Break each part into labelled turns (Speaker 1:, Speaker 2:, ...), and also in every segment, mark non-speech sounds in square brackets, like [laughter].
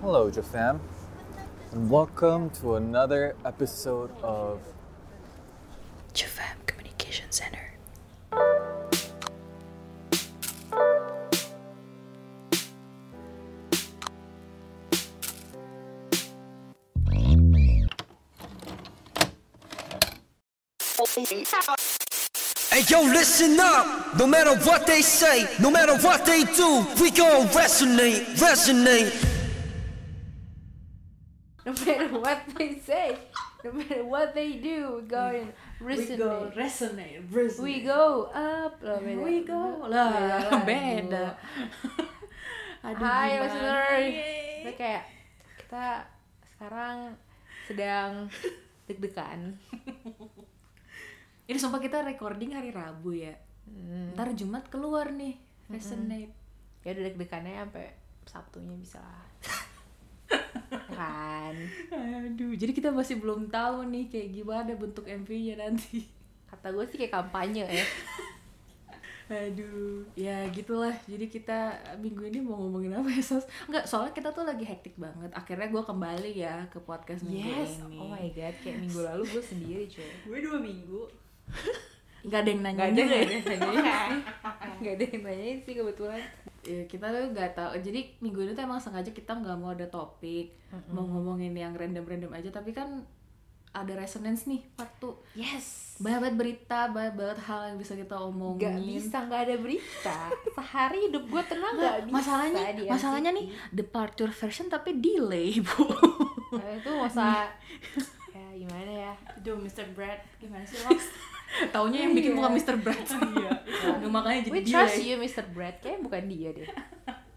Speaker 1: Hello, Jafam, and welcome to another episode of
Speaker 2: Jafam Communication Center.
Speaker 3: Hey yo, listen up! No matter what they say, no matter what they do, we gon' resonate, resonate.
Speaker 4: no matter what they say, no matter what they do, Hmm. we go and
Speaker 5: We go
Speaker 4: resonate.
Speaker 5: resonate, resonate.
Speaker 4: We go up, lah, beda.
Speaker 5: we go
Speaker 4: Beda
Speaker 5: lah,
Speaker 4: lagu.
Speaker 5: beda. Aduh,
Speaker 4: Hai
Speaker 5: gimana?
Speaker 4: listener,
Speaker 5: Yeay.
Speaker 4: kita kayak kita sekarang sedang deg-degan.
Speaker 5: Ini sumpah kita recording hari Rabu ya. Ntar Jumat keluar nih, resonate.
Speaker 4: Ya udah deg-degannya sampai Sabtunya bisa lah. kan
Speaker 5: Aduh, jadi kita masih belum tahu nih kayak gimana bentuk MV-nya nanti.
Speaker 4: kata gue sih kayak kampanye ya
Speaker 5: Aduh, ya gitulah. Jadi kita minggu ini mau ngomongin apa ya, Sos? Enggak, soalnya kita tuh lagi hektik banget. Akhirnya gue kembali ya ke podcast minggu ini.
Speaker 4: oh my god kayak minggu lalu gue sendiri cuy
Speaker 5: Gue dua minggu. Gak ada yang nanya
Speaker 4: nggak ada [laughs]
Speaker 5: juga ya?
Speaker 4: nggak ada yang nanyain sih nggak ada yang nanyain sih kebetulan
Speaker 5: Ya, kita tuh nggak tahu jadi minggu ini tuh emang sengaja kita nggak mau ada topik mau ngomongin yang random-random aja tapi kan ada resonance nih waktu
Speaker 4: yes
Speaker 5: banyak banget berita banyak banget hal yang bisa kita omongin
Speaker 4: nggak bisa nggak ada berita sehari hidup gue tenang nggak bisa
Speaker 5: masalahnya
Speaker 4: di
Speaker 5: masalahnya
Speaker 4: RCTI.
Speaker 5: nih departure version tapi delay
Speaker 4: [laughs]
Speaker 5: bu
Speaker 4: Nah, itu nggak usah ya gimana ya
Speaker 6: Duh, Mr. Brad, gimana sih
Speaker 4: [laughs]
Speaker 6: lo?
Speaker 5: taunya yang bikin bukan Mr. Brad iya makanya jadi ya.
Speaker 4: we
Speaker 5: delay
Speaker 4: trust you Mr. Brad kayaknya bukan dia deh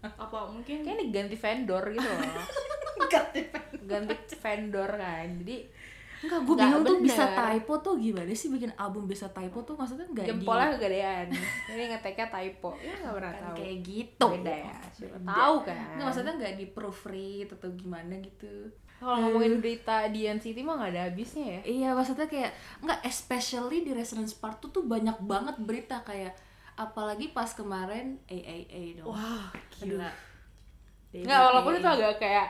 Speaker 6: Apa mungkin
Speaker 4: kayaknya nih ganti vendor gitu loh
Speaker 5: [laughs]
Speaker 4: ganti vendor kan jadi
Speaker 5: Enggak, gue
Speaker 4: Nggak
Speaker 5: bingung tuh bisa
Speaker 4: bener.
Speaker 5: typo tuh gimana sih bikin album bisa typo tuh maksudnya nggak
Speaker 4: jempolnya kegedean jadi ngeteknya typo ya nggak pernah
Speaker 5: Kan
Speaker 4: tahu
Speaker 5: kayak gitu
Speaker 4: Beda ya, siapa
Speaker 5: Beda.
Speaker 4: tahu kan.
Speaker 5: nggak maksudnya nggak di proofread atau gimana gitu
Speaker 4: kalau ngomongin berita di NCT mah nggak ada habisnya ya
Speaker 5: iya maksudnya kayak nggak especially di resonance part tuh tuh banyak banget berita kayak apalagi pas kemarin AAA dong
Speaker 6: Wah, gila.
Speaker 4: Nggak, walaupun itu agak kayak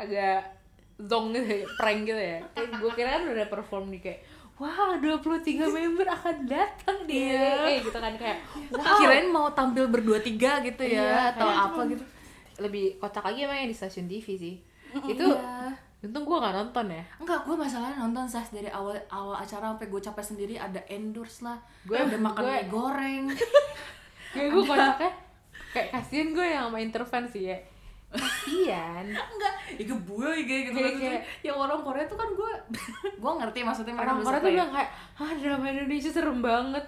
Speaker 4: agak zong gitu ya, prank gitu ya. Gue kira kan udah perform nih kayak Wah, 23 member akan datang dia.
Speaker 5: Iya.
Speaker 4: Kayak gitu kan kayak wow.
Speaker 5: kirain mau tampil berdua tiga gitu ya
Speaker 4: Iya,
Speaker 5: atau
Speaker 4: kayak
Speaker 5: apa gitu
Speaker 4: Lebih kocak lagi emang yang di stasiun TV sih. Itu
Speaker 5: Iya.
Speaker 4: untung gue gak nonton ya.
Speaker 5: Enggak, gue masalahnya nonton sas dari awal awal acara sampai gue capek sendiri ada endorse lah,
Speaker 4: Gue-
Speaker 5: ada makan
Speaker 4: gue-
Speaker 5: mie
Speaker 4: [laughs]
Speaker 5: goreng,
Speaker 4: Kayak gue kocaknya kayak kasihan gue yang sama interven sih ya. Kasihan.
Speaker 5: enggak itu gue gitu
Speaker 4: Kayak-
Speaker 5: maksudnya.
Speaker 4: Iya, kayak-
Speaker 5: yang orang Korea tuh kan
Speaker 4: [laughs]
Speaker 5: gue gue ngerti maksudnya mereka
Speaker 4: Orang
Speaker 5: bisa
Speaker 4: orang tuh
Speaker 5: kayak,
Speaker 4: bilang kayak, "Ah, drama Indonesia serem banget."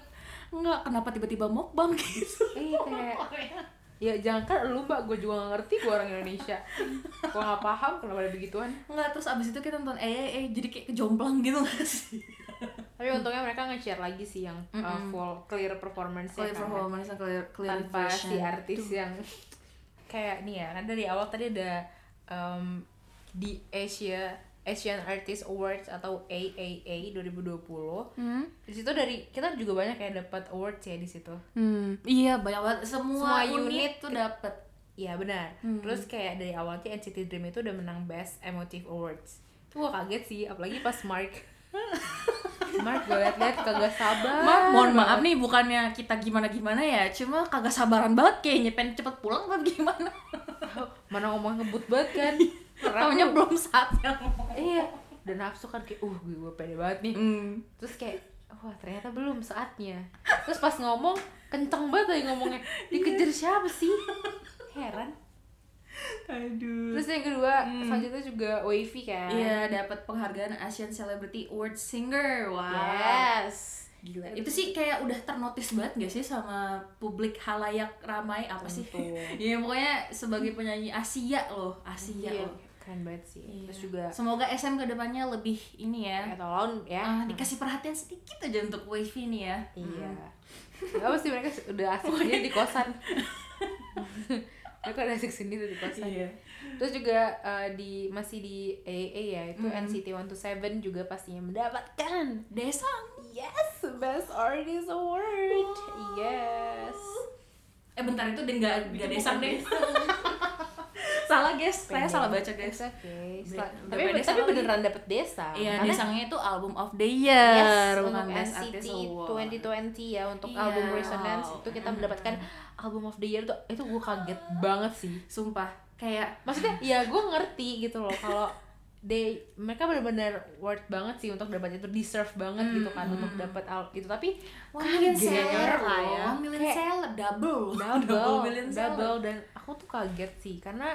Speaker 5: enggak kenapa tiba-tiba mukbang [laughs] gitu
Speaker 4: Iya kayak Ya jangan kan lu mbak, gue juga gak ngerti gue orang Indonesia Gue gak paham kenapa ada begituan
Speaker 5: enggak terus abis itu kita nonton eh eh, eh jadi kayak kejomplang gitu nggak sih
Speaker 4: Tapi untungnya mereka nge-share lagi sih yang uh,
Speaker 5: Mm-mm.
Speaker 4: full clear performance
Speaker 5: clear performance clear clear
Speaker 4: Iya kan? Tanpa si
Speaker 5: version.
Speaker 4: artis yang Kayak nih ya, kan dari awal tadi ada um, Di Asia Asian Artist Awards atau AAA 2020
Speaker 5: hmm?
Speaker 4: di situ dari kita juga banyak ya dapat awards ya di situ
Speaker 5: Hmm, iya banyak banget semua,
Speaker 4: Semua unit
Speaker 5: unit tuh dapet
Speaker 4: Iya benar. Terus kayak dari awal tuh NCT Dream itu udah menang Best Emotive Awards. Itu gua kaget sih, apalagi pas Mark. Mark gue liat-liat kagak sabar.
Speaker 5: Ma, mohon maaf nih bukannya kita gimana-gimana ya Cuma kagak sabaran banget kayaknya pengen cepet pulang apa gimana [laughs]
Speaker 4: Mana ngomong ngebut banget kan.
Speaker 5: Taunya belum saatnya
Speaker 4: Iya. Dan nafsu kan kayak, uh gue gue pede banget nih.
Speaker 5: hmm.
Speaker 4: Terus kayak, wah ternyata belum saatnya. Terus pas ngomong, kenceng banget lagi ngomongnya. Dikejar siapa sih? Heran.
Speaker 5: Aduh
Speaker 4: Terus yang kedua, selanjutnya juga Wavy kan.
Speaker 5: Iya dapat penghargaan Asian Celebrity Award Singer Wow
Speaker 4: Yes.
Speaker 5: Gila Itu sih kayak udah ternotis banget gak sih sama publik halayak ramai apa sih
Speaker 4: Tentu.
Speaker 5: [laughs] Iya pokoknya sebagai penyanyi Asia loh Asia
Speaker 4: Iya,
Speaker 5: loh
Speaker 4: keren banget sih.
Speaker 5: Iya.
Speaker 4: Terus juga
Speaker 5: Semoga SM kedepannya lebih ini ya
Speaker 4: ya tolong ya.
Speaker 5: Ah, dikasih perhatian sedikit aja untuk Wavy nih ya.
Speaker 4: Iya. Oh, Gak apa sih mereka udah asik sendiri di kosan. [laughs] mereka udah asik sendiri di kosan.
Speaker 5: Iya.
Speaker 4: Terus juga eh, di masih di AA ya, itu NCT 127 juga pastinya mendapatkan
Speaker 5: Desang.
Speaker 4: Yes, Best Artist Award. Yes.
Speaker 5: Eh bentar itu deh nggak nggak Desang deh. [laughs] salah guys, saya
Speaker 4: Pendek.
Speaker 5: salah baca guys.
Speaker 4: Exactly.
Speaker 5: Bre- udah
Speaker 4: Sel- tapi
Speaker 5: pada
Speaker 4: tapi
Speaker 5: salah
Speaker 4: beneran dapet desa.
Speaker 5: Iya,
Speaker 4: Karena-
Speaker 5: desangnya itu album of the
Speaker 4: Yes,
Speaker 5: year, bukan
Speaker 4: untuk
Speaker 5: Best Artist
Speaker 4: NCT
Speaker 5: Award.
Speaker 4: 2020 ya untuk
Speaker 5: Iya.
Speaker 4: album Resonance itu kita
Speaker 5: Mm.
Speaker 4: mendapatkan album of the year tuh itu gue kaget banget sih.
Speaker 5: Sumpah, kayak
Speaker 4: Maksudnya ya gue ngerti gitu loh kalau they mereka benar-benar worth banget sih untuk dapat itu deserve banget gitu kan untuk dapat al itu tapi
Speaker 5: One million seller
Speaker 4: kaget lah Kan ya.
Speaker 5: loh, one million
Speaker 4: Kayak
Speaker 5: seller, [laughs] double,
Speaker 4: double,
Speaker 5: million seller.
Speaker 4: double dan aku tuh kaget sih karena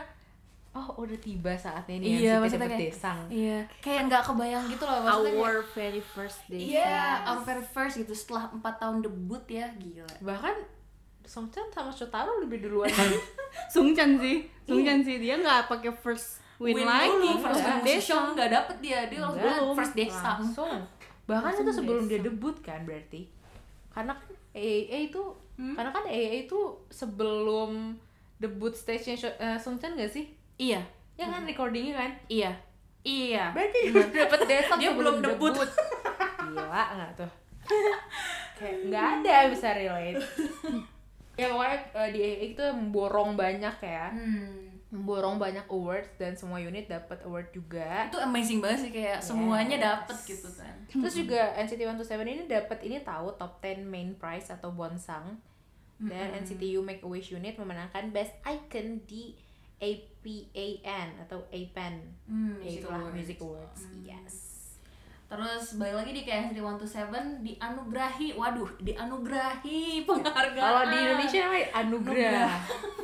Speaker 4: oh udah tiba saatnya nih
Speaker 5: Iya,
Speaker 4: NCT
Speaker 5: maksudnya
Speaker 4: dapat
Speaker 5: kayak-
Speaker 4: desang.
Speaker 5: Iya, kayak nggak kebayang gitu loh maksudnya. kayak-
Speaker 7: Our very first day.
Speaker 5: Iya, our very first gitu setelah 4 tahun debut ya, gila.
Speaker 4: Bahkan Songchan sama Shotaro lebih [laughs] duluan lagi.
Speaker 7: Sungchan sih, Sungchan sih dia nggak pakai first win, lagi,
Speaker 5: dulu, first win Desang nggak dapet dia, dia langsung bilang
Speaker 4: Iya. Belum.
Speaker 5: first Desang.
Speaker 4: Kan? Langsung. bahkan
Speaker 5: Langsung
Speaker 4: itu sebelum dia
Speaker 5: Desang.
Speaker 4: debut kan berarti karena kan AAA itu
Speaker 5: Hmm?
Speaker 4: karena kan AAA itu sebelum debut stage nya uh, Sungchan gak sih
Speaker 5: Iya,
Speaker 4: ya kan recordingnya kan
Speaker 5: iya, iya.
Speaker 4: berarti dia [laughs] dapet desang
Speaker 5: Dia
Speaker 4: sebelum
Speaker 5: belum debut.
Speaker 4: [laughs] gila nggak [laughs] tuh kayak nggak ada yang bisa [laughs] relate ya pokoknya uh, di AAA itu memborong banyak ya
Speaker 5: Hmm.
Speaker 4: memborong banyak awards dan semua unit dapat award juga
Speaker 5: Itu amazing banget sih kayak
Speaker 4: Iya,
Speaker 5: semuanya dapet gitu kan.
Speaker 4: Terus juga NCT 127 ini dapat ini tahu top 10 main prize atau bonsang. Dan NCT U Make a Wish Unit memenangkan Best Icon di APAN atau APAN.
Speaker 5: Hmm,
Speaker 4: Music
Speaker 5: gitu
Speaker 4: Awards. Mm.
Speaker 5: loh.
Speaker 4: Music Awards. Yes.
Speaker 5: Terus balik lagi di KNCT 127 dianugerahi, waduh, dianugerahi [laughs] penghargaan.
Speaker 4: Kalau di Indonesia namanya anugerah.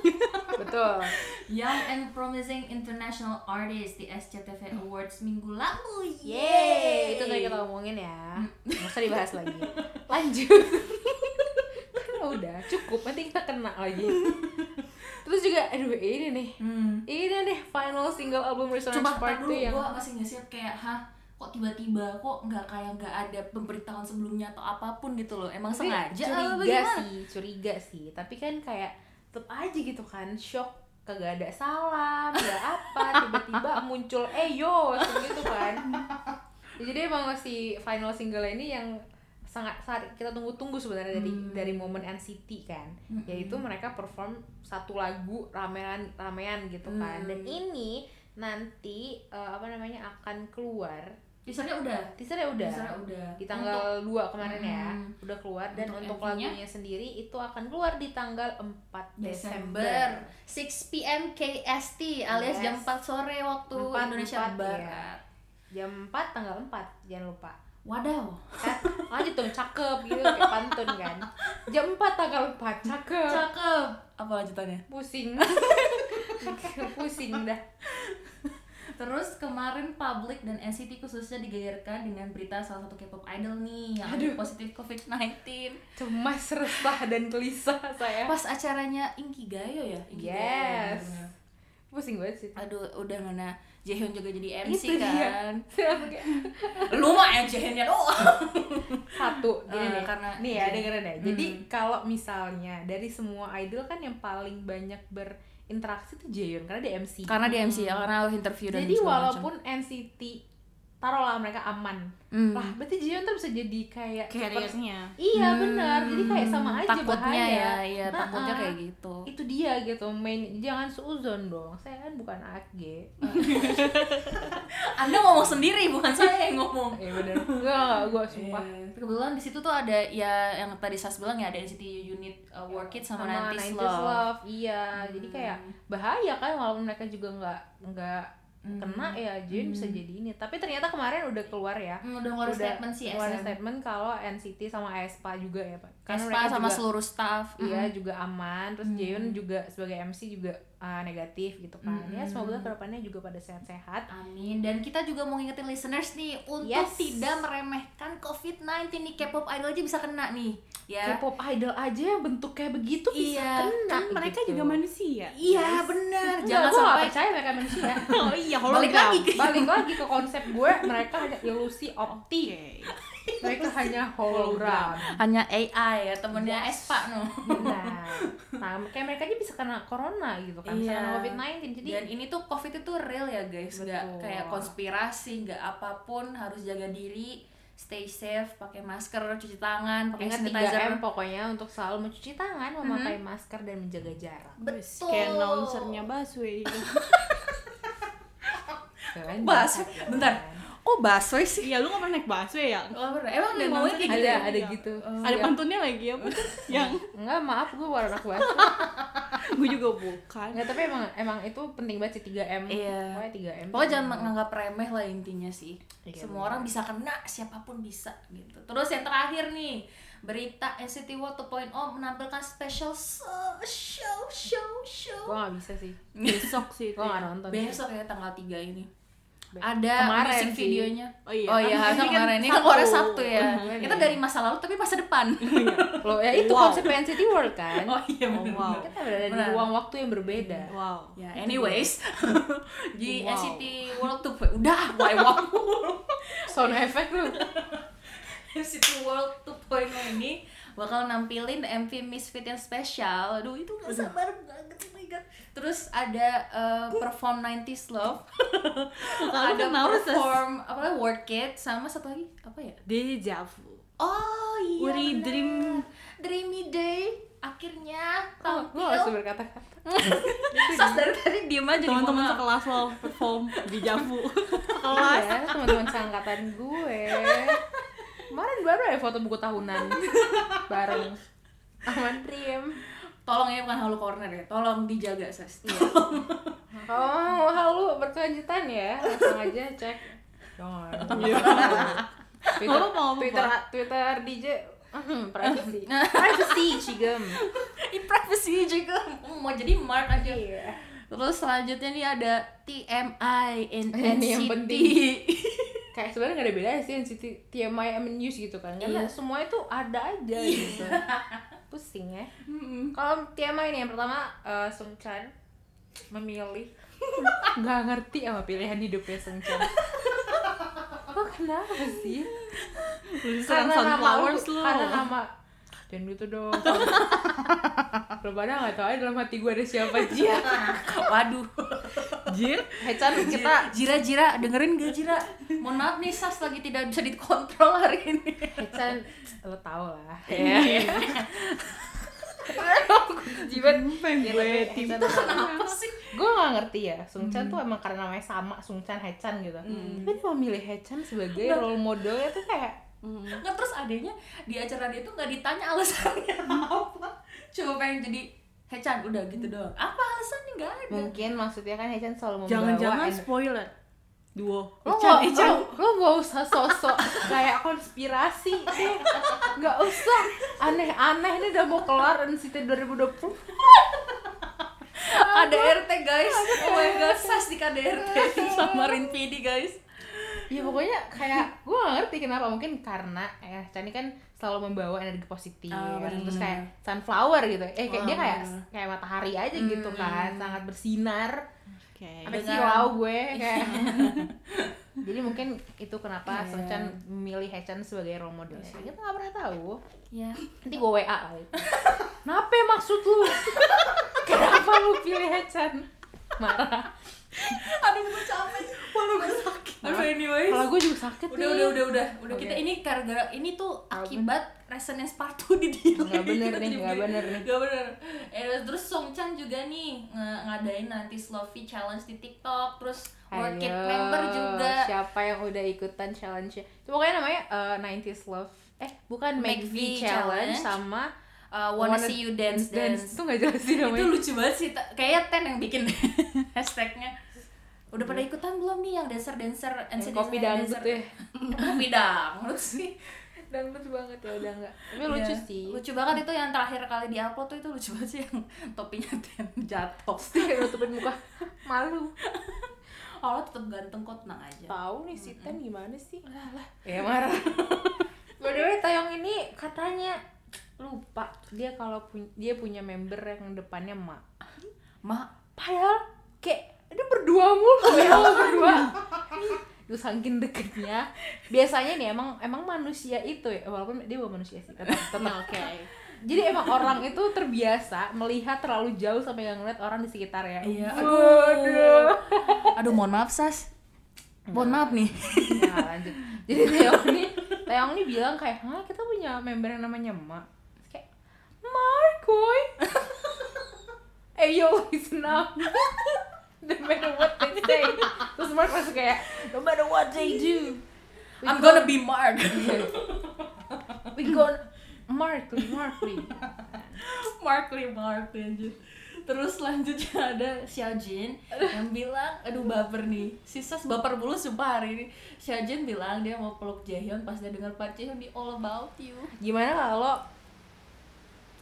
Speaker 4: [laughs] Betul.
Speaker 5: Young and Promising International Artist di SCTV Awards minggu lalu.
Speaker 4: Yeay, itu tadi kita ngomongin ya. Nggak usah dibahas lagi. [laughs] Lanjut. Kan udah cukup nanti kita kena [laughs] lagi. Terus juga aduh ini nih.
Speaker 5: Hmm.
Speaker 4: Ini nih final single album Resonance
Speaker 5: Coba
Speaker 4: Part
Speaker 5: ntar
Speaker 4: 2
Speaker 5: dulu
Speaker 4: yang
Speaker 5: gue masih nggak siap kayak hah kok tiba-tiba kok nggak kayak nggak ada pemberitahuan sebelumnya atau apapun gitu loh emang
Speaker 4: Tapi
Speaker 5: sengaja apa
Speaker 4: curiga
Speaker 5: bagaimana?
Speaker 4: sih curiga sih tapi kan kayak tetep aja gitu kan shock kagak ada salam ada
Speaker 5: [laughs]
Speaker 4: apa tiba-tiba muncul eh yo gitu kan Ya, jadi emang si final single ini yang sangat saat kita tunggu-tunggu sebenarnya dari
Speaker 5: Hmm.
Speaker 4: dari momen NCT kan yaitu mereka perform satu lagu ramean ramean gitu kan dan
Speaker 5: Hmm.
Speaker 4: ini nanti eh, apa namanya akan keluar
Speaker 5: teasernya udah
Speaker 4: teasernya udah
Speaker 5: teasernya ya udah
Speaker 4: di tanggal 2 kemarin ya
Speaker 5: Mm.
Speaker 4: udah keluar dan untuk,
Speaker 5: Untuk MV-nya?
Speaker 4: lagunya sendiri itu akan keluar di tanggal 4
Speaker 5: Desember
Speaker 4: Desember.
Speaker 5: 6 p.m. KST alias
Speaker 4: Yes.
Speaker 5: jam 4 sore waktu
Speaker 4: Empat,
Speaker 5: Indonesia
Speaker 4: empat,
Speaker 5: Barat.
Speaker 4: Jam 4 tanggal 4 jangan lupa.
Speaker 5: [laughs] Wadaw.
Speaker 4: Eh, lanjut dong cakep gitu kayak pantun kan. Jam 4 tanggal 4 cakep.
Speaker 5: Cakep. Apa lanjutannya?
Speaker 4: Pusing. [laughs] Pusing dah.
Speaker 5: Terus kemarin publik dan NCT khususnya digegerkan dengan berita salah satu K-pop idol nih yang ada positif COVID-19.
Speaker 4: Cemas, resah dan gelisah saya.
Speaker 5: Pas acaranya Inkigayo ya? Inkigayo,
Speaker 4: Yes.
Speaker 5: bener-bener.
Speaker 4: Pusing banget sih.
Speaker 5: Aduh, udah mana Jaehyun juga jadi MC
Speaker 4: Itu dia.
Speaker 5: kan.
Speaker 4: Saya pakai
Speaker 5: Lu mah ya Jaehyunnya doang.
Speaker 4: satu gini
Speaker 5: Eh,
Speaker 4: nih karena
Speaker 5: karena-
Speaker 4: nih ya dengerin ya
Speaker 5: Hmm.
Speaker 4: jadi kalau misalnya dari semua idol kan yang paling banyak berinteraksi tuh Jaehyun karena dia MC
Speaker 5: [laughs] karena dia MC ya, karena interview dan
Speaker 4: jadi
Speaker 5: segala
Speaker 4: walaupun NCT taruhlah mereka aman
Speaker 5: Hmm.
Speaker 4: lah berarti Jaehyun tuh bisa jadi kayak super-
Speaker 7: Carriernya.
Speaker 4: iya benar jadi kayak sama
Speaker 5: macam.
Speaker 4: aja
Speaker 5: Hmm. takutnya
Speaker 4: bahaya
Speaker 5: ya, iya
Speaker 4: Nah,
Speaker 5: takutnya
Speaker 4: ah,
Speaker 5: kayak gitu.
Speaker 4: itu dia gitu main jangan seuzon dong saya kan bukan Ah, AG
Speaker 5: Anda ngomong sendiri bukan saya yang ngomong.
Speaker 4: ya bener enggak gue
Speaker 5: [laughs]
Speaker 4: sumpah
Speaker 5: Tapi Kebetulan di situ tuh ada ya yang tadi Sas bilang ya ada NCT Unit uh, Work It sama,
Speaker 4: sama
Speaker 5: Nanti
Speaker 4: 90s
Speaker 5: Love. Hmm.
Speaker 4: Love, iya jadi kayak bahaya kan walaupun mereka juga nggak nggak
Speaker 5: Hmm.
Speaker 4: kena ya Jin bisa jadi ini tapi ternyata kemarin udah keluar ya
Speaker 5: Hmm, udah ngeluarin statement sih
Speaker 4: keluarin
Speaker 5: SM.
Speaker 4: statement kalau NCT sama aespa juga ya pak Karena
Speaker 5: Aespa
Speaker 4: mereka
Speaker 5: sama Hmm.
Speaker 4: juga-
Speaker 5: seluruh staff. Hmm.
Speaker 4: Iya juga aman, terus Jaehyun juga sebagai MC juga uh, negatif gitu kan.
Speaker 5: Hmm.
Speaker 4: Ya semoga kedepannya juga pada sehat-sehat.
Speaker 5: Amin. Dan kita juga mau ngingetin listeners nih untuk
Speaker 4: Yes.
Speaker 5: tidak meremehkan COVID-19 nih K-pop idol aja bisa kena nih. Ya.
Speaker 4: K-pop idol aja yang bentuk kayak begitu bisa
Speaker 5: Iya,
Speaker 4: kena.
Speaker 7: Kan mereka
Speaker 4: gitu.
Speaker 7: juga manusia.
Speaker 5: Iya,
Speaker 4: [laughs]
Speaker 5: benar. Jangan
Speaker 4: Enggak, gua nggak
Speaker 5: sampai
Speaker 4: percaya mereka
Speaker 5: [laughs]
Speaker 4: manusia.
Speaker 7: Oh iya,
Speaker 5: balik lagi ke
Speaker 4: Balik lagi ke konsep [laughs] gue, mereka hanya ilusi optik. [laughs] mereka hanya hologram
Speaker 5: hanya AI ya temennya
Speaker 4: Yes.
Speaker 5: Aespa no.
Speaker 4: nah, nah kayak mereka aja bisa kena corona gitu kan bisa
Speaker 5: Iya.
Speaker 4: kena covid 19 jadi
Speaker 5: Dan ini tuh COVID itu real ya guys, nggak
Speaker 4: Betul.
Speaker 5: kayak konspirasi, nggak apapun harus jaga diri. stay safe pakai masker cuci tangan pakai
Speaker 4: Ingat
Speaker 5: sanitizer
Speaker 4: 3M pokoknya untuk selalu mencuci tangan, memakai masker dan menjaga jarak.
Speaker 5: betul
Speaker 8: Kayak announcernya Baswe.
Speaker 4: Keren
Speaker 5: Bas-
Speaker 4: banget.
Speaker 5: bentar. kok busway sih
Speaker 8: Iya, lu nggak pernah naik Baswe ya?
Speaker 5: Oh, pernah. Emang
Speaker 8: Ada
Speaker 5: mau kayak
Speaker 8: nonton
Speaker 5: gitu?
Speaker 4: Ada
Speaker 5: ya?
Speaker 4: ada gitu.
Speaker 8: Ada pantunnya lagi [laughs] ya, yang
Speaker 4: Enggak, maaf gue bukan anak bahasa.
Speaker 8: gue juga bukan.
Speaker 4: Enggak, tapi emang emang itu penting banget sih 3M.
Speaker 5: Iya.
Speaker 4: Pokoknya 3M.
Speaker 5: Pokoknya jangan menganggap remeh lah intinya sih.
Speaker 4: Iya,
Speaker 5: Semua orang bisa kena, siapapun bisa gitu. Terus yang terakhir nih, berita NCT World 2.0 menampilkan special show show show. show. [laughs]
Speaker 4: Gue gak bisa sih.
Speaker 8: Besok sih itu.
Speaker 4: Gue gak
Speaker 8: ya.
Speaker 4: nonton. sih.
Speaker 5: Besok ya tanggal 3 ini. Ada
Speaker 4: Kemarin
Speaker 5: musik
Speaker 4: sih.
Speaker 5: videonya.
Speaker 8: Oh iya.
Speaker 5: Oh iya,
Speaker 8: Kan
Speaker 5: harusnya
Speaker 8: [laughs] ini kan
Speaker 5: kemarin ini kan
Speaker 8: Sabtu.
Speaker 5: keluarnya Sabtu ya.
Speaker 8: Mhm.
Speaker 5: Kita dari masa lalu tapi masa
Speaker 8: [laughs]
Speaker 5: depan.
Speaker 4: Loh, ya itu
Speaker 8: Wow.
Speaker 4: konsep NCT World kan.
Speaker 5: oh iya
Speaker 8: Iya kan? Oh,
Speaker 5: bener.
Speaker 8: wow.
Speaker 4: Kita berada di
Speaker 5: Benar.
Speaker 4: ruang waktu yang berbeda.
Speaker 8: Wow.
Speaker 5: Ya, anyways. [laughs] di
Speaker 8: Wow.
Speaker 5: NCT World 2.0 udah, why wow.
Speaker 8: [laughs]
Speaker 4: Sound effect lu.
Speaker 5: City World 2.0 ini bakal nampilin MV Misfit yang spesial. Aduh, itu gak sabar banget, oh my god. Terus ada eh, perform 90s Love.
Speaker 8: Kalau
Speaker 5: ada
Speaker 8: kenapa Ses?
Speaker 5: perform apa lagi Word Kid sama satu lagi apa ya?
Speaker 8: Deja vu.
Speaker 5: Oh iya.
Speaker 8: Uri
Speaker 5: benar.
Speaker 8: Dream.
Speaker 5: Dreamy Day akhirnya
Speaker 4: Gue harus
Speaker 5: tampil.
Speaker 4: berkata-kata.
Speaker 5: [laughs] Sos dari tadi diem aja di
Speaker 8: Teman-teman
Speaker 5: momen.
Speaker 8: sekelas lo perform Deja [laughs] vu. Kelas.
Speaker 4: Iya, teman-teman seangkatan gue. Kemarin baru ya foto buku tahunan bareng Aman Riem.
Speaker 5: Tolong ya bukan halu corner ya. Tolong dijaga, Ses. [laughs]
Speaker 4: Oh, halu berkelanjutan ya. Langsung aja cek. Jangan. Twitter,
Speaker 8: Nggak apa-apa, nggak apa-apa.
Speaker 4: Twitter, Twitter DJ Mhm, privacy. privacy, Cigem.
Speaker 5: Ini privacy juga. Mau jadi mark aja.
Speaker 4: Iya.
Speaker 5: Terus selanjutnya nih ada TMI in
Speaker 4: Ini yang
Speaker 5: NCT.
Speaker 4: penting. Kayak sebenarnya gak ada bedanya sih NCT TMI sama News gitu kan. Karena
Speaker 5: Iya.
Speaker 4: semua itu ada aja [laughs] gitu. Pusing ya. Kalau TMI ini yang pertama eh, Sung Chan memilih [laughs] nggak ngerti sama pilihan hidupnya Sung Chan. Kok kenapa sih?
Speaker 8: Tulisan sunflowers
Speaker 4: lu,
Speaker 8: lo.
Speaker 4: karena nama dan gitu dong. [laughs] Lo pada nggak tahu aja dalam hati gue ada siapa [laughs] Jia.
Speaker 5: [laughs] Waduh.
Speaker 8: Jir.
Speaker 4: Hechan kita
Speaker 5: Jira-jira dengerin gak Jira? Mohon maaf nih Sas lagi tidak bisa dikontrol hari ini.
Speaker 4: Hechan lo tau lah. [laughs]
Speaker 5: Iya.
Speaker 4: Jiwet.
Speaker 8: Pengen gue tim.
Speaker 4: Iya,
Speaker 5: Apa sih?
Speaker 4: Gue gak ngerti ya, Sung Chan tuh emang karena namanya sama Sung Chan Hechan gitu. Tapi dia memilih Hechan sebagai role modelnya tuh kayak
Speaker 5: Nggak, terus adanya di acara dia tuh nggak ditanya
Speaker 4: [laughs]
Speaker 5: alasannya apa. Coba pengen jadi Hechan udah gitu doang. Apa alasannya nggak ada?
Speaker 4: mungkin maksudnya kan Hechan selalu membawa
Speaker 8: Jangan-jangan
Speaker 4: en-
Speaker 8: spoiler. Duo.
Speaker 4: lo
Speaker 8: Ican,
Speaker 4: nggak
Speaker 8: Ican.
Speaker 4: lo- lo nggak usah sosok kayak konspirasi deh. nggak usah aneh-aneh ini udah mau kelar NCT 2020
Speaker 5: ada RT guys. Oh my god, Sas di KDRT sama Rinpidi guys.
Speaker 4: ya pokoknya kayak gue gak ngerti kenapa mungkin karena eh Chani kan selalu membawa energi positif
Speaker 5: Ah, bener-bener.
Speaker 4: terus kayak sunflower gitu eh kayak dia
Speaker 5: Wah,
Speaker 4: kayak kayak matahari aja gitu
Speaker 5: Hmm,
Speaker 4: kan sangat bersinar
Speaker 8: Oke.
Speaker 4: sampai
Speaker 5: Dengan-
Speaker 4: silau
Speaker 5: [laughs]
Speaker 4: gue kayak jadi mungkin itu kenapa
Speaker 5: Iya.
Speaker 4: Sung Chan memilih Hechan sebagai role model kita nggak pernah tahu
Speaker 5: Ya.
Speaker 4: nanti gue WA kali kenapa ya maksud lu [laughs] kenapa lu pilih Hechan marah
Speaker 5: [laughs] Aduh, gue capek. Waduh, gue sakit. Aduh, anyways.
Speaker 4: kalau gue juga sakit
Speaker 5: Udah,
Speaker 4: nih.
Speaker 5: udah, udah, udah. Udah
Speaker 4: Oke.
Speaker 5: kita ini gara-gara ini tuh akibat resonance part 2 di delay.
Speaker 4: Nggak
Speaker 5: [laughs]
Speaker 4: bener
Speaker 5: Kita
Speaker 4: nih,
Speaker 5: jadi
Speaker 4: nggak
Speaker 5: beli-
Speaker 4: bener nih.
Speaker 5: Nggak bener. Eh, terus Songchan juga nih nge- ngadain nanti Slovi challenge di TikTok, terus World Kid
Speaker 4: Ayo,
Speaker 5: member juga.
Speaker 4: Siapa yang udah ikutan challenge? Itu pokoknya namanya eh, 90s Love. Eh, bukan
Speaker 5: Make
Speaker 4: Make, V
Speaker 5: V
Speaker 4: challenge,
Speaker 5: Challenge.
Speaker 4: sama eh,
Speaker 5: Uh, wanna, see you dance dance.
Speaker 4: Itu nggak jelas sih
Speaker 5: Itu
Speaker 4: namanya.
Speaker 5: lucu banget sih. ta- Kayaknya Ten yang bikin [laughs] hashtagnya. Udah pada ikutan belum nih yang dancer-dancer NCT
Speaker 4: Iya. kopi dangdut
Speaker 5: dancer-
Speaker 4: ya.
Speaker 5: [laughs] Kopi dangdut
Speaker 4: [laughs]
Speaker 5: sih.
Speaker 4: dangdut banget ya udah nggak. Tapi lucu
Speaker 5: Iya.
Speaker 4: sih.
Speaker 5: Lucu banget itu yang terakhir kali di-upload tuh itu lucu banget sih yang [laughs] topinya Ten jatuh.
Speaker 4: Kayak nutupin muka [laughs] malu.
Speaker 5: Allah tetap ganteng kok tenang aja.
Speaker 4: Tahu nih si Ten gimana sih? Lah lah. Ya marah. [laughs] By the way, Taeyong ini katanya lupa dia kalau pun- dia punya member yang depannya Ma.
Speaker 5: Ma,
Speaker 4: padahal kayak dia berdua mulu ya lo berdua itu saking deketnya biasanya nih emang emang manusia itu ya walaupun dia bukan manusia sih tetap tetap
Speaker 8: Oke.
Speaker 4: jadi emang orang itu terbiasa melihat terlalu jauh sampai nggak ngeliat orang di sekitar ya
Speaker 5: Iya,
Speaker 4: Waduh.
Speaker 5: aduh mohon maaf Sas. Mohon maaf nih.
Speaker 4: Nah, lanjut jadi Theo ini Iya, Taeyong nih bilang kayak, hah kita punya member yang namanya Ma. Terus Kayak, Markoy. [laughs] eh yo, listen up. [laughs] no matter what they say. Terus Mark langsung kayak, no matter what they do. we Iya.
Speaker 5: I'm gonna be Mark.
Speaker 4: We gonna
Speaker 5: [laughs]
Speaker 4: Markley, Markley.
Speaker 5: Markley, Markley anjir. Terus selanjutnya ada Xiaojin yang bilang, aduh baper nih. Sisas baper mulu sumpah hari ini. Xiaojin bilang dia mau peluk Jaehyun pas dia dengar Park Jaehyun di All About You.
Speaker 4: Gimana kalau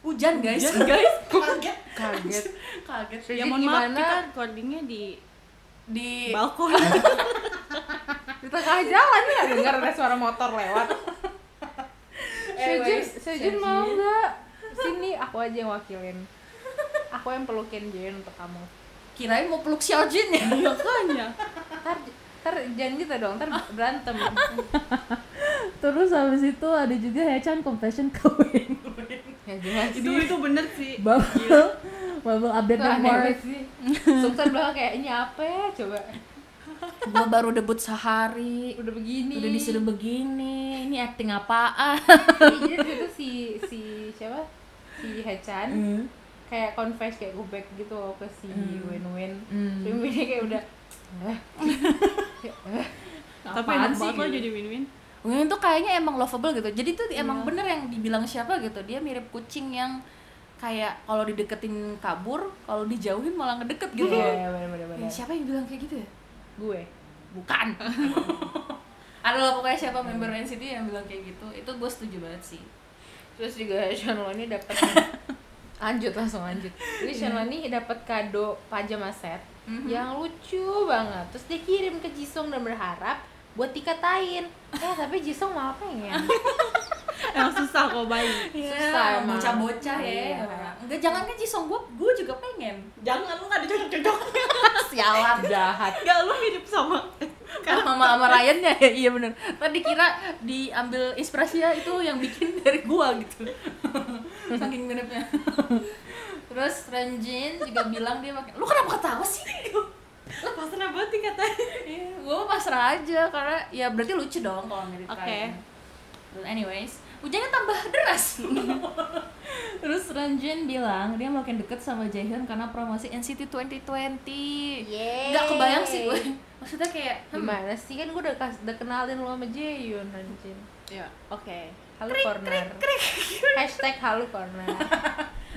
Speaker 5: Hujan guys, guys. Kaget.
Speaker 4: kaget?
Speaker 5: Kaget.
Speaker 8: Ya
Speaker 4: Jadi
Speaker 8: mohon maaf,
Speaker 4: gimana?
Speaker 8: kita recordingnya di
Speaker 5: [laughs] Di
Speaker 8: balkon
Speaker 4: Di tengah jalan nih nggak dengar ada suara motor lewat. Sejun,
Speaker 5: Anyways,
Speaker 4: Sejun
Speaker 5: Sejun.
Speaker 4: mau nggak? Sini aku aja yang wakilin. Aku yang pelukin Jen untuk kamu.
Speaker 5: kirain mau peluk Xiaojin ya.
Speaker 8: makanya
Speaker 4: Ntar, ntar jangan gitu dong, ntar berantem.
Speaker 2: Terus habis itu ada juga Hechan confession ke Wayne.
Speaker 4: ya jelas.
Speaker 8: [laughs] itu itu bener sih
Speaker 2: Bubble, bubble update
Speaker 5: Nah,
Speaker 4: Itu aneh
Speaker 2: nomor.
Speaker 4: banget sih. Sukses banget kayak ini apa ya? Coba
Speaker 5: Gua baru debut sehari.
Speaker 4: udah begini.
Speaker 5: Udah disuruh begini. Ini acting apaan?
Speaker 4: Iya, jadi itu si si siapa? Si Hechan. kayak confess kayak go back gitu loh ke si Win Win.
Speaker 5: Hmm. Hmm.
Speaker 4: Win Winnya kayak udah "Eh." [laughs]
Speaker 8: tapi
Speaker 4: Apaan
Speaker 8: enak
Speaker 4: sih
Speaker 8: banget lo
Speaker 4: gitu?
Speaker 8: jadi win-win
Speaker 5: Win tuh kayaknya emang lovable gitu. Jadi tuh
Speaker 4: Iya.
Speaker 5: emang bener yang dibilang siapa gitu. Dia mirip kucing yang kayak kalau dideketin kabur, kalau dijauhin malah ngedeket gitu.
Speaker 4: Iya, iya, bener bener
Speaker 5: Ya,
Speaker 4: bener.
Speaker 5: siapa yang bilang kayak gitu ya?
Speaker 4: Gue.
Speaker 5: Bukan. [laughs] Ada lah pokoknya siapa member NCT yang bilang kayak gitu. Itu gue setuju banget sih.
Speaker 4: Terus juga Sean Lonnie
Speaker 5: [laughs]
Speaker 4: dapat lanjut langsung lanjut. Jadi Sean Lonnie dapat kado pajama set
Speaker 5: Mhm.
Speaker 4: yang lucu banget. Terus dia kirim ke Jisung dan berharap buat dikatain. Eh tapi Jisung ya? malah pengen.
Speaker 8: emang susah kok bayi
Speaker 4: Susah emang.
Speaker 5: Iya, bocah-bocah ya.
Speaker 4: Iya.
Speaker 5: Enggak jangan kan Jisung gue, gue juga pengen.
Speaker 8: jangan lu nggak ada cocok-cocok
Speaker 5: [laughs] Sialan.
Speaker 4: Jahat.
Speaker 8: nggak lu mirip sama
Speaker 5: Sama sama Ryan-nya ya, [laughs] iya bener. Tadi kira diambil inspirasinya itu yang bikin [laughs] dari gua
Speaker 4: [laughs]
Speaker 5: gitu. Saking miripnya. Terus Renjin juga bilang dia pakai, lu
Speaker 4: kan
Speaker 5: kenapa ketawa sih?
Speaker 8: lah pasrah banget nih katanya
Speaker 5: Iya, gua mah pasrah aja karena ya berarti lucu dong kalau mirip
Speaker 8: Oke.
Speaker 5: Ryan. Well, anyways, hujannya tambah [laughs] deras. Terus Ranjin bilang dia makin deket sama Jaehyun karena promosi NCT 2020.
Speaker 4: Yeay.
Speaker 5: Nggak kebayang sih gue. [laughs] Maksudnya kayak hmm,
Speaker 4: Gimana sih kan gue udah, kas- udah kenalin lo sama Jaehyun anjing.
Speaker 8: ya
Speaker 4: Oke, halo corner. Hashtag halo corner.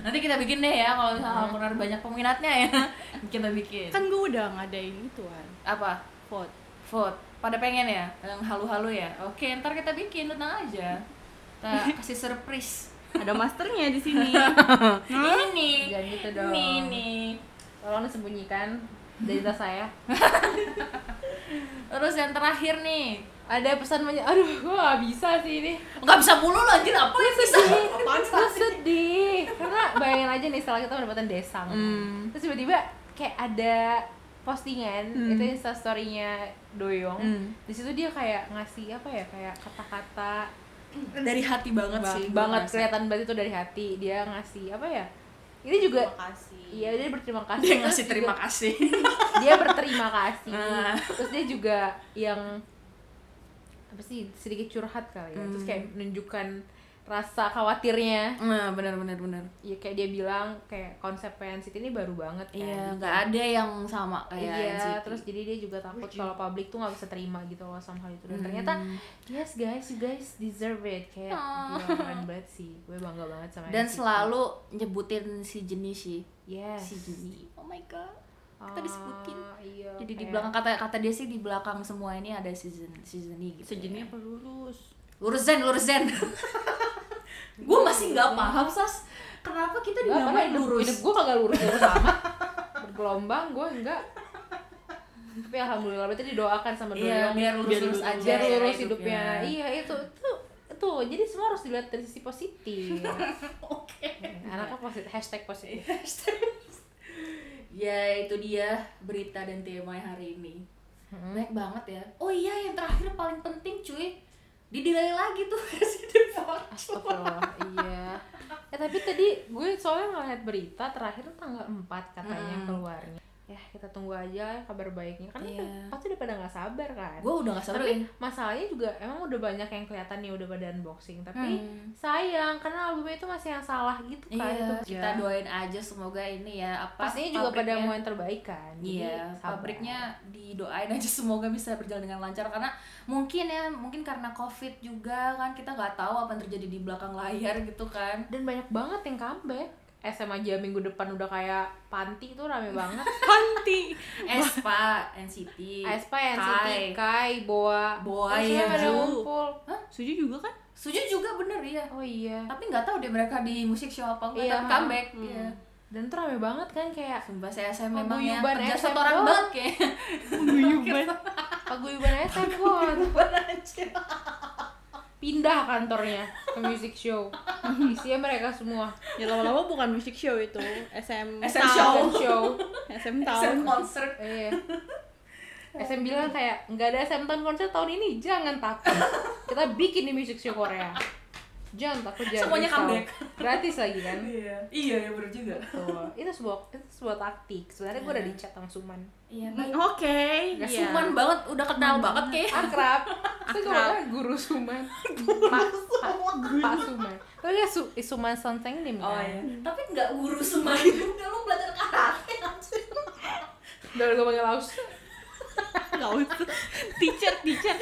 Speaker 5: nanti kita [laughs] bikin deh ya kalau misalnya Al-Quran banyak peminatnya ya. [laughs] kita bikin.
Speaker 8: kan gue udah ngadain itu kan
Speaker 5: Apa?
Speaker 8: vote
Speaker 5: Vote. Pada pengen ya? Yang halu-halu ya? Oke, ntar kita bikin, lu tenang aja. [laughs] Kita kasih surprise.
Speaker 8: ada masternya di sini [laughs]
Speaker 5: Ini nih.
Speaker 4: Jangan gitu dong.
Speaker 5: Ini nih.
Speaker 4: Tolong
Speaker 5: [laughs]
Speaker 4: disembunyikan dari tas saya.
Speaker 5: Terus yang terakhir nih
Speaker 4: Ada pesan banyak. Aduh, gue gak bisa sih ini.
Speaker 5: nggak bisa mulu lo anjir apa yang bisa
Speaker 4: Gue sedih. Karena bayangin aja nih setelah kita mendapatkan desang. kan.
Speaker 5: Hmm.
Speaker 4: Terus tiba-tiba kayak ada postingan
Speaker 5: Hmm.
Speaker 4: itu Insta nya Doyong. Di situ dia kayak ngasih apa ya? Kayak kata-kata
Speaker 5: dari hati banget
Speaker 4: ba-
Speaker 5: sih
Speaker 4: banget kelihatan banget itu dari hati. Dia ngasih apa ya? Ini juga
Speaker 8: kasih
Speaker 4: Iya, dia berterima kasih.
Speaker 5: dia
Speaker 4: Terus
Speaker 5: ngasih
Speaker 4: juga-
Speaker 5: terima kasih
Speaker 4: dia berterima kasih
Speaker 5: Ah.
Speaker 4: terus dia juga yang apa sih sedikit curhat kali ya terus kayak menunjukkan rasa khawatirnya
Speaker 5: [laughs] nah benar benar benar
Speaker 4: ya kayak dia bilang kayak konsep NCT ini baru banget kan
Speaker 5: iya nggak ada yang sama kayak
Speaker 4: Iya,
Speaker 5: NCT.
Speaker 4: terus jadi dia juga takut kalau publik tuh nggak bisa terima gitu loh sama hal itu dan ternyata
Speaker 5: Hmm.
Speaker 4: yes guys you guys deserve it kayak
Speaker 5: Oh.
Speaker 4: gila, keren banget sih gue bangga banget sama
Speaker 5: dan
Speaker 4: NCT.
Speaker 5: selalu nyebutin si jenis sih
Speaker 4: yes
Speaker 5: si Jinny oh my god kita
Speaker 4: Ah,
Speaker 5: disebutin
Speaker 4: iya,
Speaker 5: jadi di
Speaker 4: kayak-
Speaker 5: belakang kata kata dia sih di belakang semua ini ada season season ini gitu
Speaker 8: sejenis apa lurus
Speaker 5: lurusan lurusan
Speaker 4: [laughs]
Speaker 5: gue masih nggak paham sas kenapa kita
Speaker 4: Gak, karena
Speaker 5: dinamain
Speaker 4: hidup,
Speaker 5: lurus
Speaker 4: hidup gue kagak lurus lurus amat bergelombang gue enggak tapi alhamdulillah berarti didoakan sama
Speaker 5: Iya,
Speaker 4: doa
Speaker 5: biar lurus-lurus
Speaker 4: biar
Speaker 5: aja
Speaker 4: biar
Speaker 5: ya
Speaker 4: lurus
Speaker 5: hidupnya.
Speaker 4: hidupnya. iya itu itu itu jadi semua harus dilihat dari sisi positif
Speaker 5: [laughs] oke Iya.
Speaker 4: anaknya positif hashtag positif
Speaker 5: ya itu dia berita dan tema hari ini
Speaker 4: Hmm.
Speaker 5: banyak banget ya oh iya yang terakhir paling penting cuy didelay lagi tuh [laughs] Resident Fortune
Speaker 4: Astagfirullah, iya
Speaker 5: Hmm.
Speaker 4: eh tapi tadi gue soalnya ngeliat berita terakhir tuh tanggal 4 katanya keluarnya ya kita tunggu aja kabar baiknya kan
Speaker 2: Iya.
Speaker 4: pasti udah pada nggak sabar kan
Speaker 5: gue udah gak sabar
Speaker 4: tapi masalahnya juga emang udah banyak yang kelihatan nih udah pada unboxing tapi sayang karena albumnya itu masih yang salah gitu kan
Speaker 5: Hmm. Iya,
Speaker 4: itu
Speaker 5: kita doain aja semoga ini ya apa
Speaker 4: pastinya juga pada
Speaker 5: pabriknya-
Speaker 4: mau yang terbaik kan Jadi
Speaker 5: Iya,
Speaker 4: sabar.
Speaker 5: pabriknya didoain aja semoga bisa berjalan dengan lancar karena mungkin ya, mungkin karena COVID juga kan kita nggak tahu apa yang terjadi di belakang layar gitu kan.
Speaker 4: dan banyak banget yang comeback SM aja minggu depan udah kayak panti itu [laughs] rame banget
Speaker 5: Panti, Espa, NCT,
Speaker 4: Aespa, NCT, Kai,
Speaker 5: Kai.
Speaker 4: Boa
Speaker 5: Boa,
Speaker 4: Terus
Speaker 5: iya,
Speaker 4: pada
Speaker 5: Ju.
Speaker 4: ngumpul
Speaker 8: Suju juga kan?
Speaker 5: Suju juga bener ya.
Speaker 4: oh iya
Speaker 5: Tapi nggak tahu deh mereka di musik show apa enggak,
Speaker 4: Iya.
Speaker 5: tapi comeback. Iya.
Speaker 4: dan tuh rame banget kan kayak
Speaker 5: Sumpah saya saya memang yang
Speaker 4: Paguyuban
Speaker 5: kerja
Speaker 4: SM
Speaker 5: setoran
Speaker 4: doang.
Speaker 5: banget kayak.
Speaker 8: Guyuban.
Speaker 4: paguyuban [laughs] SM kok pindah kantornya ke music show isinya mereka semua
Speaker 8: ya lama-lama bukan music show itu, SM
Speaker 5: SM show.
Speaker 4: SM
Speaker 8: Town.
Speaker 4: show
Speaker 8: SM
Speaker 5: SM
Speaker 8: Town.
Speaker 5: concert. [laughs]
Speaker 4: iya SM bilang kayak nggak ada SM tahun konser tahun ini jangan takut kita bikin di music show Korea jangan takut jangan
Speaker 5: Semuanya
Speaker 4: risau.
Speaker 5: comeback.
Speaker 4: gratis lagi kan
Speaker 5: Iya. Iya, ya bener juga.
Speaker 4: Tuh, itu sebuah itu sebuah taktik sebenarnya gue udah dicat sama Suman
Speaker 5: Iya.
Speaker 8: Mm, Oke.
Speaker 5: Gak
Speaker 8: iya.
Speaker 5: suman
Speaker 8: [laughs]
Speaker 5: banget, udah kenal banget kayak. [laughs]
Speaker 4: akrab itu gue bilang guru Suman pak pak pak Suman tapi dia Su- eh, Suman kan? Sonseng nih
Speaker 5: Oh iya. Tapi nggak guru semua juga lu belajar karate anjir.
Speaker 4: udah gue panggil aus
Speaker 8: Nggak usah. Teacher, teacher.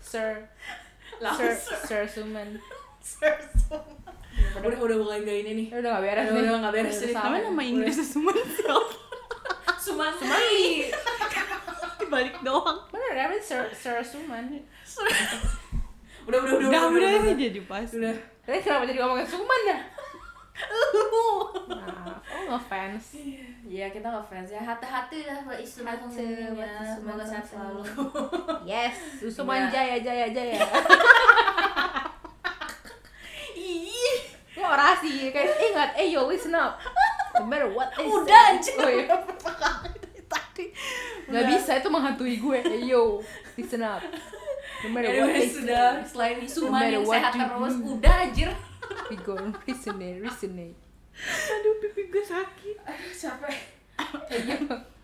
Speaker 4: Sir
Speaker 5: Laus.
Speaker 4: Sir Sir Suman
Speaker 5: udah udah bukan gak ini nih.
Speaker 4: Ya udah gak beres
Speaker 5: Udah,
Speaker 4: nih
Speaker 5: udah nggak beres nih.
Speaker 4: salah.
Speaker 8: Tapi nama Inggrisnya semua
Speaker 5: Suman. Sumani.
Speaker 8: [laughs] dibalik doang.
Speaker 4: Bener kan Sir, Sir Suman
Speaker 5: Udah udah udah.
Speaker 8: Udah, udah, ini jadi pas. Udah.
Speaker 4: Tadi kenapa jadi ngomongin Suman ya?
Speaker 5: Lu.
Speaker 4: Nah, oh ngefans
Speaker 5: Iya, kita ngefans ya. Hati-hati lah buat isu ya.
Speaker 4: Hati, buat isu
Speaker 5: Semoga sehat selalu.
Speaker 4: Suman Yes, Suman
Speaker 5: Iya.
Speaker 4: jaya jaya jaya
Speaker 5: [laughs] Ih.
Speaker 4: Ini orasi guys, ingat, eh yo listen up No matter what they
Speaker 5: Udah,
Speaker 4: say
Speaker 5: anjing.
Speaker 4: Oh,
Speaker 5: [laughs]
Speaker 4: iya. Gak bisa, itu menghantui gue Eh yo, listen up No matter
Speaker 5: [laughs]
Speaker 4: what
Speaker 5: Anyway,
Speaker 4: they
Speaker 5: sudah
Speaker 4: say
Speaker 5: selain isu
Speaker 4: No
Speaker 5: man
Speaker 4: matter
Speaker 5: yang
Speaker 4: what
Speaker 5: sehat
Speaker 4: you
Speaker 5: terus,
Speaker 4: do.
Speaker 5: udah anjir.
Speaker 4: We gonna resonate, resonate
Speaker 8: Aduh, pipi gue sakit.
Speaker 5: Capek.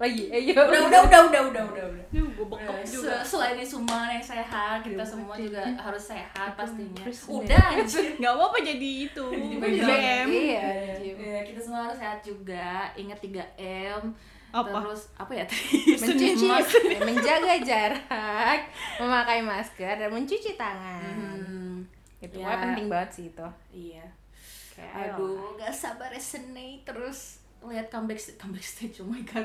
Speaker 4: Lagi, eh yo
Speaker 5: Udah udah udah udah udah udah. udah.
Speaker 8: Duh, gue bokep
Speaker 5: Udah,
Speaker 8: juga.
Speaker 5: se- Selain isu man yang sehat, kita semua juga harus sehat pastinya.
Speaker 4: Resonate.
Speaker 5: Udah anjir.
Speaker 8: Gak apa-apa jadi itu.
Speaker 5: Jadi
Speaker 8: BM.
Speaker 4: Iya,
Speaker 5: Iya, iya, kita semua harus sehat juga. Ingat 3M.
Speaker 8: Apa?
Speaker 5: Terus apa ya tadi?
Speaker 4: mencuci, [laughs] menjaga jarak, memakai masker dan mencuci tangan.
Speaker 5: Hmm,
Speaker 4: Itu
Speaker 5: Ya.
Speaker 4: wah, penting banget sih itu.
Speaker 5: iya.
Speaker 4: Kayak
Speaker 5: Aduh, gak sabar resonate terus lihat comeback st- comeback stage. Oh my god.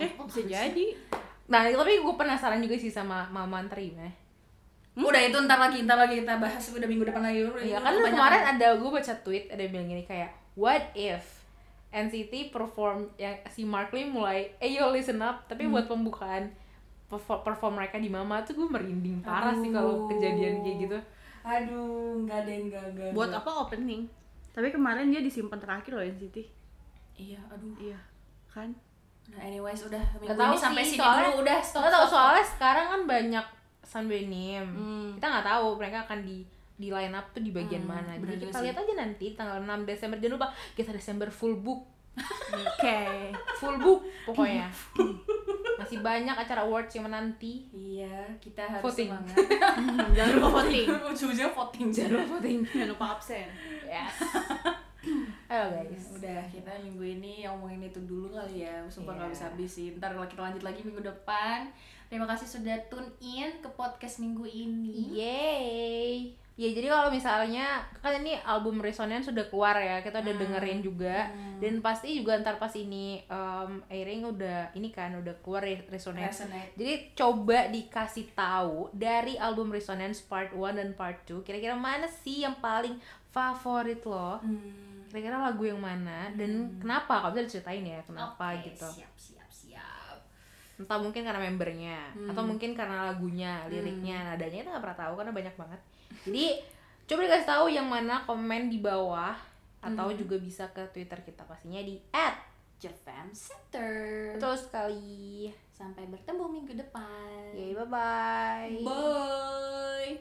Speaker 8: Eh,
Speaker 5: Kamu
Speaker 8: bisa jadi.
Speaker 4: Nah, tapi gue penasaran juga sih sama Maman Terima.
Speaker 5: Udah itu ntar lagi, ntar lagi kita bahas udah minggu depan lagi. Udah,
Speaker 4: Iya,
Speaker 5: itu
Speaker 4: kan lu
Speaker 5: kebanyakan.
Speaker 4: kemarin ada gue baca tweet ada yang bilang gini kayak what if NCT perform yang si Mark Lee mulai eh yo listen up tapi buat pembukaan perform, perform mereka di Mama tuh gue merinding parah sih kalau
Speaker 5: Aduh.
Speaker 4: kejadian kayak gitu.
Speaker 5: Aduh, nggak deh, nggak nggak.
Speaker 8: Buat
Speaker 5: nggak.
Speaker 8: apa opening? Tapi kemarin dia disimpan terakhir loh NCT.
Speaker 5: Iya, aduh.
Speaker 8: Iya. Kan?
Speaker 5: Nah, anyways udah minggu
Speaker 4: Gak tahu
Speaker 5: ini sampai
Speaker 4: sih,
Speaker 5: sini
Speaker 4: soalnya-
Speaker 5: dulu udah stop.
Speaker 4: Nggak tahu
Speaker 5: stop, stop.
Speaker 4: soalnya sekarang kan banyak sunbenim. Kita nggak tahu mereka akan di di line up tuh di bagian
Speaker 5: Hmm,
Speaker 4: mana.
Speaker 5: bener
Speaker 4: Jadi kita
Speaker 5: sih.
Speaker 4: lihat aja nanti tanggal 6 Desember jangan lupa kita Desember full
Speaker 5: [laughs]
Speaker 4: book,
Speaker 8: Oke.
Speaker 4: full book pokoknya. Masih banyak acara awards yang menanti.
Speaker 5: Iya, kita harus
Speaker 4: Voting.
Speaker 5: semangat.
Speaker 8: Jangan lupa voting.
Speaker 5: [laughs] Ujung-ujungnya voting. Jangan lupa
Speaker 8: Jangan lupa absen.
Speaker 5: [laughs]
Speaker 4: Yes. Ayo guys.
Speaker 5: Udah, kita minggu ini ngomongin itu dulu kali ya. Sumpah
Speaker 4: Iya.
Speaker 5: nggak bisa habis sih. Ntar kita lanjut lagi minggu depan. Terima kasih sudah tune in ke podcast minggu
Speaker 4: Iya.
Speaker 5: ini.
Speaker 4: Yeay. Ya jadi kalau misalnya kan ini album Resonance sudah keluar ya, kita udah dengerin juga dan pasti juga ntar pas ini em, airing udah ini kan udah keluar ya Resonance.
Speaker 5: Resonate.
Speaker 4: Jadi coba dikasih tahu dari album Resonance Part 1 dan Part 2 kira-kira mana sih yang paling favorit lo?
Speaker 5: Hmm.
Speaker 4: Kira-kira lagu yang mana dan kenapa? Kalau bisa diceritain ya kenapa
Speaker 5: Oke,
Speaker 4: gitu.
Speaker 5: Siap, siap, siap. Hmm.
Speaker 4: Entah mungkin karena membernya atau mungkin karena lagunya, liriknya, nadanya kita nggak pernah tahu karena banyak banget. Jadi coba dikasih tahu yang mana komen di bawah atau
Speaker 5: Hmm.
Speaker 4: juga bisa ke Twitter kita pastinya di
Speaker 5: Japan Center.
Speaker 4: @betul sekali.
Speaker 5: Sampai bertemu minggu depan.
Speaker 4: Yay, bye-bye.
Speaker 5: Bye.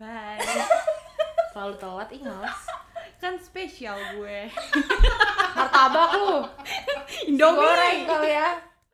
Speaker 8: Bye.
Speaker 4: Selalu telat, ih males.
Speaker 8: Kan spesial gue.
Speaker 4: Martabak lu.
Speaker 8: Indomie.
Speaker 4: Goreng kali ya.